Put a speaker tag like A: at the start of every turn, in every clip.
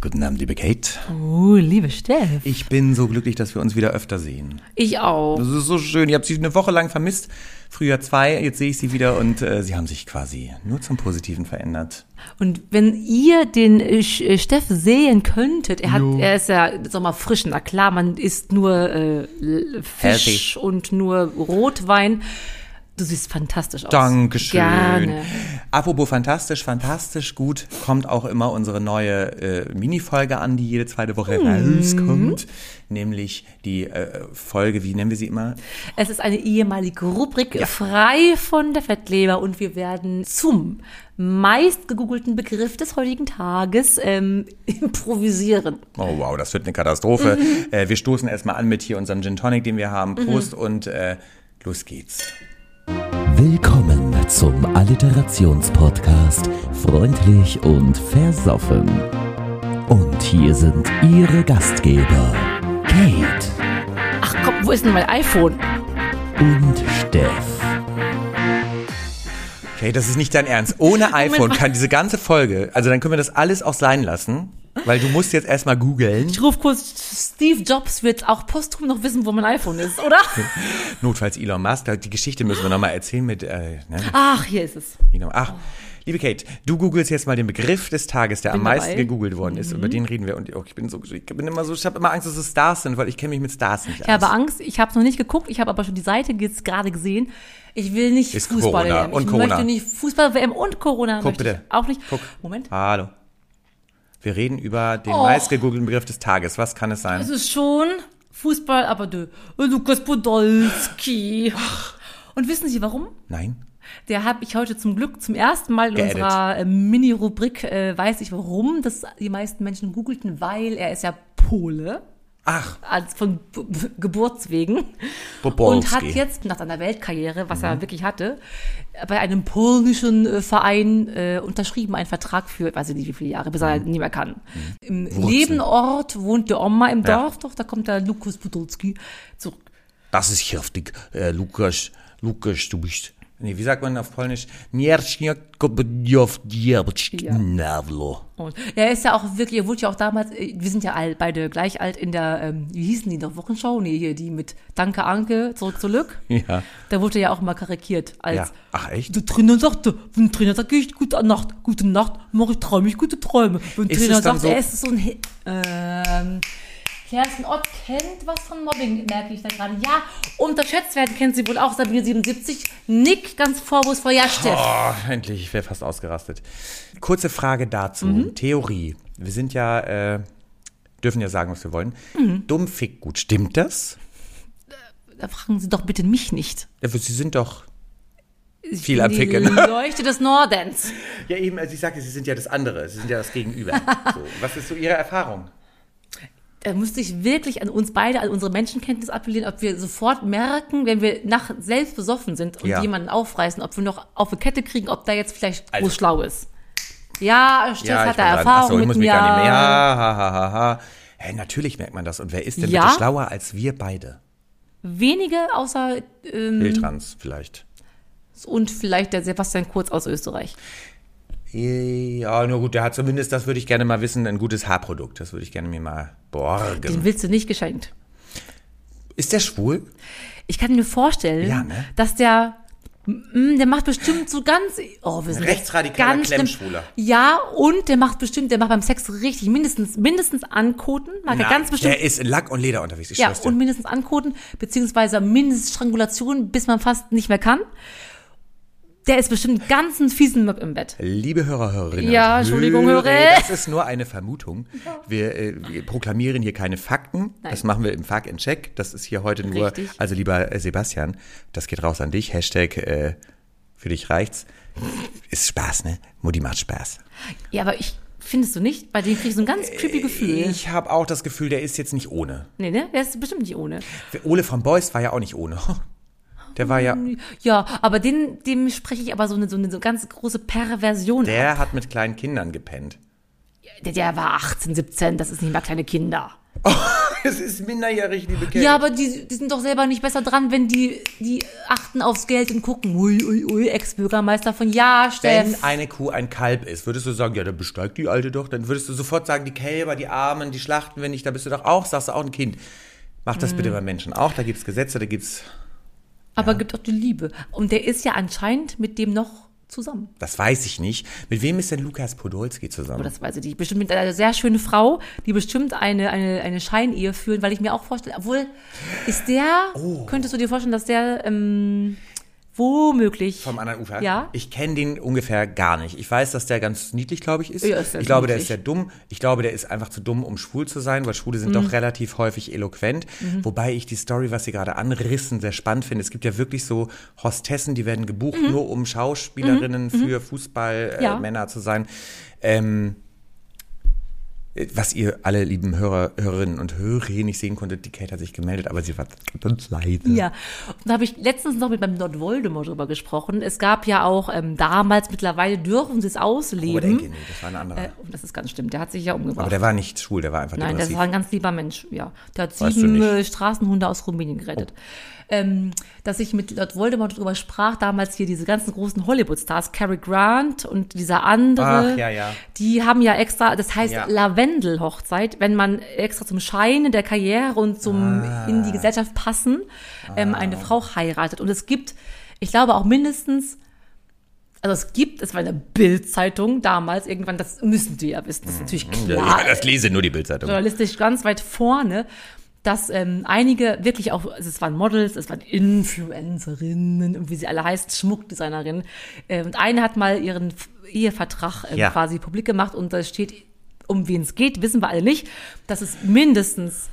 A: Guten Abend, liebe Kate.
B: Oh, liebe Steff.
A: Ich bin so glücklich, dass wir uns wieder öfter sehen.
B: Ich auch.
A: Das ist so schön. Ich habe sie eine Woche lang vermisst. Früher zwei, jetzt sehe ich sie wieder und äh, sie haben sich quasi nur zum Positiven verändert.
B: Und wenn ihr den äh, Sch- äh, Steff sehen könntet, er, hat, er ist ja, sag mal, frisch. Na klar, man isst nur äh, L- Fisch
A: Healthy.
B: und nur Rotwein. Du siehst fantastisch aus.
A: Dankeschön.
B: Gerne.
A: Apropos fantastisch, fantastisch gut kommt auch immer unsere neue äh, Minifolge an, die jede zweite Woche rauskommt. Nämlich die äh, Folge, wie nennen wir sie immer?
B: Es ist eine ehemalige Rubrik frei von der Fettleber und wir werden zum meistgegoogelten Begriff des heutigen Tages ähm, improvisieren.
A: Oh wow, das wird eine Katastrophe. Äh, wir stoßen erstmal an mit hier unserem Gin Tonic, den wir haben. Prost und äh, los geht's.
C: Willkommen zum Alliterationspodcast Freundlich und Versoffen. Und hier sind Ihre Gastgeber, Kate
B: Ach komm, wo ist denn mein iPhone?
C: und Steff.
A: Okay, das ist nicht dein Ernst. Ohne iPhone kann diese ganze Folge, also dann können wir das alles auch sein lassen, weil du musst jetzt erstmal googeln.
B: Ich rufe kurz, Steve Jobs wird auch posthum noch wissen, wo mein iPhone ist, oder?
A: Notfalls Elon Musk, da- die Geschichte müssen wir nochmal erzählen mit äh, ne?
B: Ach, hier ist es.
A: Elon. Ach, liebe Kate, du googelst jetzt mal den Begriff des Tages, der am
B: dabei. Mhm.
A: meisten gegoogelt worden ist. Über den reden wir. Und oh, ich bin so, ich bin immer so, ich habe immer Angst, dass es Stars sind, weil ich kenne mich mit Stars nicht
B: Ich habe Angst, ich habe es noch nicht geguckt, ich habe aber schon die Seite jetzt gerade gesehen. Ich will nicht
A: Ist
B: Fußball-WM.
A: Corona und
B: Ich
A: Corona.
B: möchte nicht Fußball-WM und Corona.
A: Guck
B: möchte
A: bitte.
B: Ich auch nicht.
A: Guck.
B: Moment.
A: Hallo. Wir reden über den
B: Oh. Also
A: meistgegoogelten Begriff des Tages. Was kann es sein?
B: Es ist schon Fußball, aber dö. Lukas Podolski. Und wissen Sie warum?
A: Nein.
B: Der habe ich heute zum Glück zum ersten Mal in
A: Geedit.
B: unserer äh, Mini-Rubrik äh, weiß ich warum, dass die meisten Menschen googelten, weil er ist ja Pole.
A: Ach,
B: als von B B Geburtswegen und
A: Bobolski.
B: hat jetzt nach seiner Weltkarriere, was
A: Mhm.
B: er wirklich hatte, bei einem polnischen äh, Verein äh, unterschrieben einen Vertrag für, weiß ich nicht wie viele Jahre, bis
A: Mhm.
B: er nicht mehr kann. Im Nebenort wohnt der Oma im
A: Ja.
B: Dorf, doch da kommt der Lukas Podolski zurück.
A: Das ist heftig, äh, Lukas. Lukas, du bist. Nee, wie sagt man auf Polnisch? Nierschniakobodjowdjerbtschnavlo.
B: Und er ist ja auch wirklich, er wurde ja auch damals, äh, wir sind ja all, beide gleich alt in der, ähm, wie hießen die noch, Wochenschau? Nee, hier, die mit Danke Anke, zurück zu Lück.
A: Ja.
B: Da wurde ja auch mal karikiert als
A: Ja. Ach, echt?
B: Der Trainer sagte, wenn der Trainer sagt, ich gute Nacht, gute Nacht, mache ich träume ich gute Träume. Wenn der
A: Ist
B: Trainer
A: es dann
B: sagt,
A: so-
B: er ist so ein He ähm, Kerstin Ott kennt was von Mobbing, merke ich da gerade. Ja, unterschätzt werden kennt sie wohl auch, Sabine 77, Nick ganz vorwurfsvoll, ja, Steff.
A: Oh, endlich, ich wäre fast ausgerastet. Kurze Frage dazu. Theorie. Wir sind ja, äh, dürfen ja sagen, was wir wollen. Dummfick gut. Stimmt das?
B: Da fragen Sie doch bitte mich nicht.
A: Ja, Sie sind doch.
B: Ich
A: Viel ne? am
B: bin die
A: Ficken.
B: Leuchte des Nordens.
A: Ja, eben, also ich sagte, Sie sind ja das andere. Sie sind ja das Gegenüber. so. Was ist so Ihre Erfahrung?
B: Da müsste ich wirklich an uns beide, an unsere Menschenkenntnis appellieren, ob wir sofort merken, wenn wir nach selbst besoffen sind und
A: Ja.
B: jemanden aufreißen, ob wir noch auf eine Kette kriegen, ob da jetzt vielleicht
A: Also-
B: groß schlau ist. Ja, Steff
A: ich
B: hat da
A: bin dran. Ach so,
B: Erfahrung
A: ich
B: mit
A: muss
B: mir.
A: mich gar nicht mehr. Ja, ha, ha, ha, ha. Hä, natürlich merkt man das. Und wer ist denn
B: Ja?
A: bitte schlauer als wir beide?
B: Wenige außer ähm,
A: Miltrans vielleicht.
B: und vielleicht der Sebastian Kurz aus Österreich.
A: Ja, na gut, der hat zumindest, das würde ich gerne mal wissen, ein gutes Haarprodukt. Das würde ich gerne mir mal
B: Den
A: borgen.
B: willst du nicht geschenkt.
A: Ist der schwul?
B: Ich kann mir vorstellen,
A: Ja, ne?
B: dass der mm, der macht bestimmt so ganz oh, wir sind jetzt
A: Rechtsradikaler
B: ganz schlimm.
A: Klemmschwuler.
B: Ja, und der macht bestimmt, der macht beim Sex richtig mindestens mindestens ankoten, mag er
A: Nein,
B: ganz bestimmt
A: Der ist in Lack und Leder unterwegs. Ich
B: ja,
A: schwör's dir.
B: und mindestens ankoten, beziehungsweise mindestens Strangulation, bis man fast nicht mehr kann. Der ist bestimmt ganz einen fiesen Möb im Bett.
A: Liebe Hörer, Hörerinnen.
B: Ja,
A: und
B: Entschuldigung, Hörer.
A: Hörer. Das ist nur eine Vermutung. Wir, äh, wir proklamieren hier keine Fakten. Das machen wir im Fuck and Check. Das ist hier heute nur.
B: Richtig.
A: Also, lieber äh, Sebastian, das geht raus an dich. Hashtag äh, für dich reicht's. Ist Spaß, ne? Mutti macht Spaß.
B: Ja, aber ich findest du nicht? Bei dem krieg ich so ein ganz creepy Gefühl.
A: Äh, Ich habe auch das Gefühl, der ist jetzt nicht ohne.
B: Nee, ne? Der ist bestimmt nicht ohne.
A: Ole von Beust war ja auch nicht ohne. Der
B: Oh,
A: war ja.
B: Ja, aber den, dem spreche ich aber so eine, so eine so ganz große Perversion ab.
A: Der hat mit kleinen Kindern gepennt.
B: Der, der war 18, 17, das ist nicht mal kleine Kinder.
A: es ist minderjährig, liebe Kinder.
B: Ja, aber die, die sind doch selber nicht besser dran, wenn die, die achten aufs Geld und gucken. Ui, ui, ui, Ex-Bürgermeister von Ja,
A: Wenn
B: Steff.
A: eine Kuh ein Kalb ist, würdest du sagen, ja, dann besteigt die Alte doch. Dann würdest du sofort sagen, die Kälber, die Armen, die Schlachten, wenn nicht, da bist du doch auch, sagst du auch ein Kind. Mach das bitte bei Menschen auch, da gibt's Gesetze, da gibt's.
B: Aber gibt auch die Liebe. Und der ist ja anscheinend mit dem noch zusammen.
A: Das weiß ich nicht. Mit wem ist denn Lukas Podolski zusammen?
B: Aber das weiß ich nicht. Bestimmt mit einer sehr schönen Frau, die bestimmt eine, eine, eine Scheinehe führen, weil ich mir auch vorstelle, obwohl ist der,
A: Oh.
B: könntest du dir vorstellen, dass der ähm, womöglich.
A: Vom anderen Ufer?
B: Ja.
A: Ich kenne den ungefähr gar nicht. Ich weiß, dass der ganz niedlich, glaube ich, ist.
B: Ja, ist sehr
A: ich glaube, der
B: niedlich.
A: ist sehr dumm. Ich glaube, der ist einfach zu dumm, um schwul zu sein, weil Schwule sind
B: Mhm.
A: doch relativ häufig eloquent. Wobei ich die Story, was sie gerade anrissen, sehr spannend finde. Es gibt ja wirklich so Hostessen, die werden gebucht, nur um Schauspielerinnen für Fußballmänner äh,
B: Mhm. Ja.
A: Männer zu sein. Ähm, äh, was ihr alle lieben Hörer, Hörerinnen und Hörer nicht sehen konntet, die Kate hat sich gemeldet, aber sie war ganz leise.
B: Ja, und da habe ich letztens noch mit meinem Lord Voldemort drüber gesprochen. Es gab ja auch ähm, damals, mittlerweile dürfen sie es
A: Aber der,
B: ausleben.
A: Engel, nee, das war ein anderer.
B: Äh, und das ist ganz stimmt, der hat sich ja umgebracht.
A: aber der war nicht schwul, der war einfach
B: Nein, das
A: depressiv.
B: war ein ganz lieber Mensch, ja. Der hat
A: Weißt du
B: sieben
A: nicht. Oh.
B: äh, Straßenhunde aus Rumänien gerettet. Ähm, dass ich mit Lord Voldemort drüber sprach, damals hier diese ganzen großen Hollywood-Stars, Cary Grant und dieser andere,
A: Ach, ja, ja.
B: die haben ja extra, das heißt
A: Ja.
B: Lavendelhochzeit, wenn man extra zum Schein der Karriere und zum
A: Ah.
B: in die Gesellschaft passen, ähm, eine Frau heiratet. Und es gibt, ich glaube auch mindestens also es gibt, es war eine Bildzeitung damals irgendwann, das müssen die ja wissen, das ist natürlich klar,
A: Hm. Ja, das lese nur die Bildzeitung.
B: journalistisch ganz weit vorne, dass ähm, einige wirklich auch, also es waren Models, es waren Influencerinnen und wie sie alle heißen, Schmuckdesignerinnen. Äh, und eine hat mal ihren F- Ehevertrag ähm,
A: Ja.
B: quasi publik gemacht und da steht, um wen es geht, wissen wir alle nicht, dass es mindestens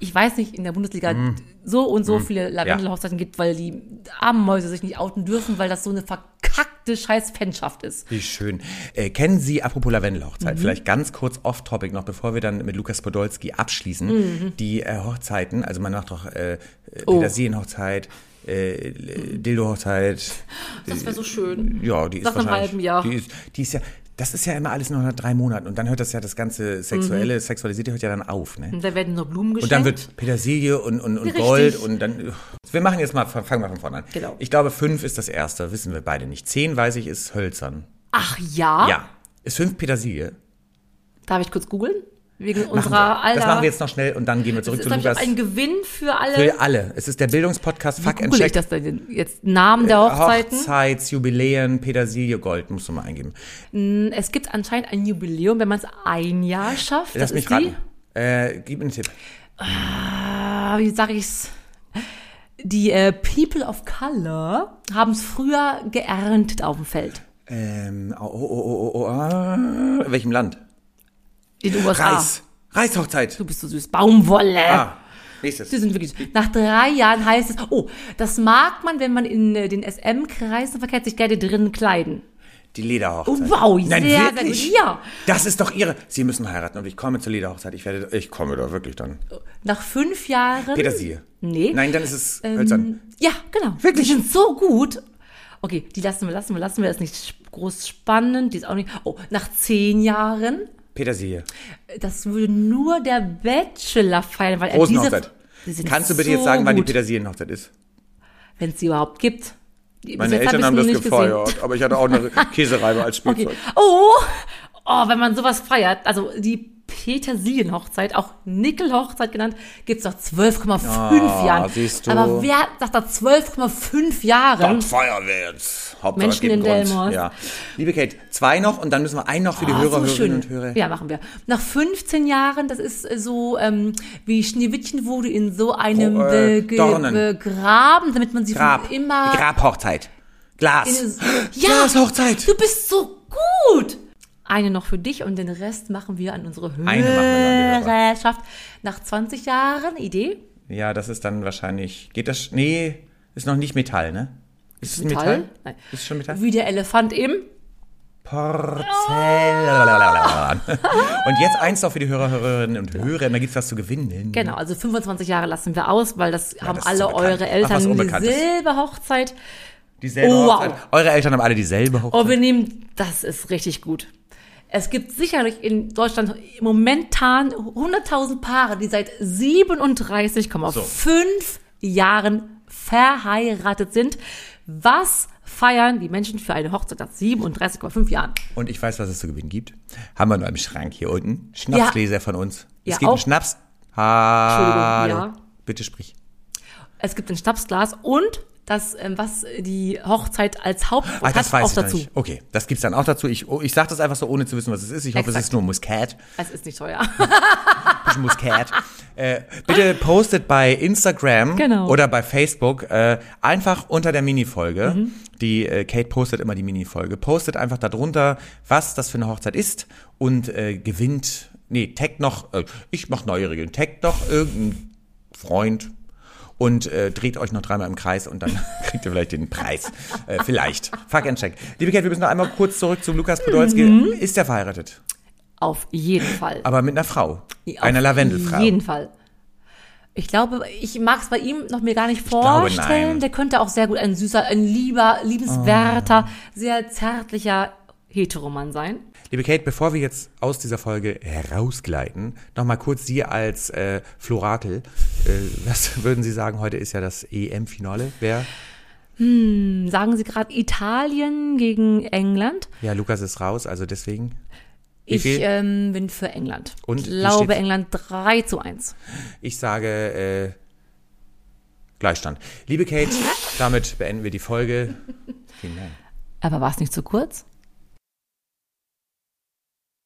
B: ich weiß nicht, in der Bundesliga
A: Mhm.
B: so und so viele Lavendelhochzeiten gibt, weil die armen Mäuse sich nicht outen dürfen, weil das so eine verkackte scheiß Fanschaft ist.
A: Wie schön. Äh, kennen Sie, apropos
B: Mhm.
A: Lavendelhochzeit, vielleicht ganz kurz off-topic noch, bevor wir dann mit Lukas Podolski abschließen,
B: Mhm.
A: die äh, Hochzeiten, also man macht doch äh, äh,
B: Oh.
A: Petersilienhochzeit, äh, äh, Dildo-Hochzeit,
B: Das wäre so schön.
A: ja, die ist
B: Nach einem
A: wahrscheinlich,
B: halben Jahr.
A: Die ist, die ist ja, das ist ja immer alles nur nach drei Monaten und dann hört das ja das ganze
B: Mhm.
A: Sexuelle, Sexualisierte hört ja dann auf, ne?
B: Und da werden nur Blumen
A: Und
B: geschenkt.
A: dann wird Petersilie und, und, und
B: Mhm. Richtig.
A: Gold und dann. Wir machen jetzt mal, fangen wir von vorne an.
B: Genau.
A: Ich glaube, fünf ist das erste, wissen wir beide nicht. Zehn, weiß ich, ist Hölzern.
B: Ach ja?
A: Ja. Ist fünf Petersilie?
B: Darf ich kurz googeln? Wegen
A: Machen
B: unserer
A: wir.
B: aller.
A: Das machen wir jetzt noch schnell und dann gehen wir
B: Das
A: zurück
B: ist,
A: zu
B: glaub ich, auch
A: Lukas.
B: ein Gewinn für alle.
A: Für alle. Es ist der Bildungspodcast Fuck and
B: Google
A: Check.
B: ich
A: Äh,
B: das denn jetzt? Namen der Hochzeiten.
A: Hochzeitsjubiläen, Petersilie, Gold, musst du mal eingeben.
B: Es gibt anscheinend ein Jubiläum, wenn man es ein Jahr schafft.
A: Lass
B: das
A: mich
B: ist die.
A: raten. Äh, gib mir einen Tipp.
B: Ah, wie sage ich's? Die äh, People of Color haben es früher geerntet auf dem Feld.
A: Ähm, oh, oh, oh, oh, oh, oh. In welchem Land?
B: In den USA.
A: Reis. Reishochzeit.
B: Ah. Du bist so süß. Baumwolle.
A: Ah, nächstes.
B: Sie sind wirklich. Nach drei Jahren heißt es, oh, das mag man, wenn man in äh, den SM-Kreisen verkehrt, sich gerne drinnen kleiden.
A: Die Lederhochzeit.
B: Oh, wow,
A: Nein,
B: sehr, sehr
A: wirklich?
B: gut, ja.
A: Das ist doch ihre. Sie müssen heiraten und ich komme zur Lederhochzeit. Ich werde, ich komme da wirklich dann.
B: Nach fünf Jahren.
A: Petersilie.
B: Nee. Ähm,
A: Nein, dann ist es hölzern.
B: Ja, genau. Wirklich? Die sind so gut. Okay, die lassen wir, lassen wir, lassen wir. Das ist nicht sp- groß spannend. Die ist auch nicht. Oh, nach zehn Jahren.
A: Petersilie.
B: Das würde nur der Bachelor feiern, weil er diese.
A: Rosenhochzeit.
B: Die sind
A: Kannst du bitte
B: so
A: jetzt sagen, wann die
B: gut,
A: Petersilienhochzeit ist?
B: Wenn es sie überhaupt gibt. Die-
A: Meine
B: bis jetzt hab
A: Eltern
B: ich's
A: haben
B: noch
A: das
B: nicht
A: gefeiert,
B: gesehen.
A: aber ich hatte auch eine Käsereibe als Spielzeug.
B: Okay. Oh, oh, wenn man sowas feiert, also die Petersilienhochzeit, auch Nickelhochzeit genannt, gibt's nach 12,5 Jahren.
A: Ah, siehst du.
B: Aber wer sagt da 12,5 Jahren?
A: Das feiern wir jetzt. Hauptsache,
B: Menschen
A: es gibt einen
B: in
A: Grund.
B: Delmhorst.
A: Ja. Liebe Kate, zwei noch und dann müssen wir einen noch für die
B: Ah,
A: Hörer,
B: so schön.
A: Hörerinnen und Hörer.
B: Ja, machen wir. Nach 15 Jahren, das ist äh, so ähm, wie Schneewittchen wurde in so einem
A: Oh, äh,
B: äh, ge-
A: Dornen.
B: begraben, damit man sie für
A: Grab.
B: immer.
A: Die Grabhochzeit. Glas.
B: in- ja,
A: Glashochzeit.
B: du bist so gut. Eine noch für dich und den Rest machen wir an unsere
A: machen wir dann, die Hörer.
B: Hörerschaft. Nach 20 Jahren, Idee?
A: Ja, das ist dann wahrscheinlich. Geht das? Nee, ist noch nicht Metall, ne? Ist es Metall?
B: Metall? Nein.
A: Ist schon Metall?
B: Wie der Elefant im.
A: Porzellan. Und jetzt eins noch für die Hörer, Hörerinnen und Hörer. Da gibt's was zu gewinnen.
B: Genau, also 25 Jahre lassen wir aus, weil das haben
A: Mhm. das ist
B: alle
A: so bekannt.
B: eure
A: Ach, was
B: Eltern
A: Unbekanntes.
B: dieselbe Hochzeit.
A: Dieselbe
B: Oh, wow.
A: Hochzeit. Eure Eltern haben alle dieselbe Hochzeit.
B: Oh, wir nehmen, das ist richtig gut. Es gibt sicherlich in Deutschland momentan 100.000 Paare, die seit 37,5 Jahren verheiratet sind. Was feiern die Menschen für eine Hochzeit nach 37,5 Jahren?
A: Und ich weiß, was es zu gewinnen gibt. Haben wir noch im Schrank hier unten. Schnapsgläser von uns. Es
B: Ja,
A: gibt einen
B: auch.
A: Schnaps. Hallo.
B: Entschuldigung, ja.
A: Bitte sprich.
B: Es gibt ein Schnapsglas und das, ähm, was die Hochzeit als Hauptwort
A: Ah,
B: hat,
A: das weiß
B: Oh, auch
A: ich
B: dazu.
A: Nicht. Okay, das gibt's dann auch dazu. Ich, oh, ich sage das einfach so, ohne zu wissen, was es ist. Ich hoffe, es
B: Exakt.
A: ist nur Muskat.
B: Es ist nicht teuer.
A: Bisschen Muskat. äh, bitte postet bei Instagram
B: Genau.
A: oder bei Facebook äh, einfach unter der Minifolge.
B: Mhm.
A: Die äh, Kate postet immer die Minifolge. Postet einfach darunter, was das für eine Hochzeit ist und äh, gewinnt. Nee, taggt noch, äh, ich mach neue Regeln. Taggt noch irgendeinen Freund. Und äh, dreht euch noch dreimal im Kreis und dann kriegt ihr vielleicht den Preis. Äh, vielleicht. Fuck and check. Liebe Kate, wir müssen noch einmal kurz zurück zu Lukas Podolski.
B: Mhm.
A: Ist der verheiratet?
B: Auf jeden Fall.
A: Aber mit einer Frau.
B: Auf
A: einer Lavendelfrau.
B: jeden Fall. Ich glaube, ich mag es bei ihm noch mir gar nicht
A: glaube,
B: vorstellen.
A: nein.
B: Der könnte auch sehr gut ein süßer, ein lieber, liebenswerter, sehr zärtlicher Heteroman sein.
A: Liebe Kate, bevor wir jetzt aus dieser Folge herausgleiten, nochmal kurz Sie als äh, Florakel. Äh, was würden Sie sagen? Heute ist ja das EM-Finale. Wer?
B: Sagen Sie gerade Italien gegen England?
A: Ja, Lukas ist raus, also deswegen. Wie
B: Ich
A: viel?
B: ähm, bin für England.
A: Und
B: ich
A: wie
B: glaube
A: steht's?
B: England 3 zu 1.
A: Ich sage äh, Gleichstand. Liebe Kate, damit beenden wir die Folge. Vielen Dank.
B: Aber war es nicht zu kurz?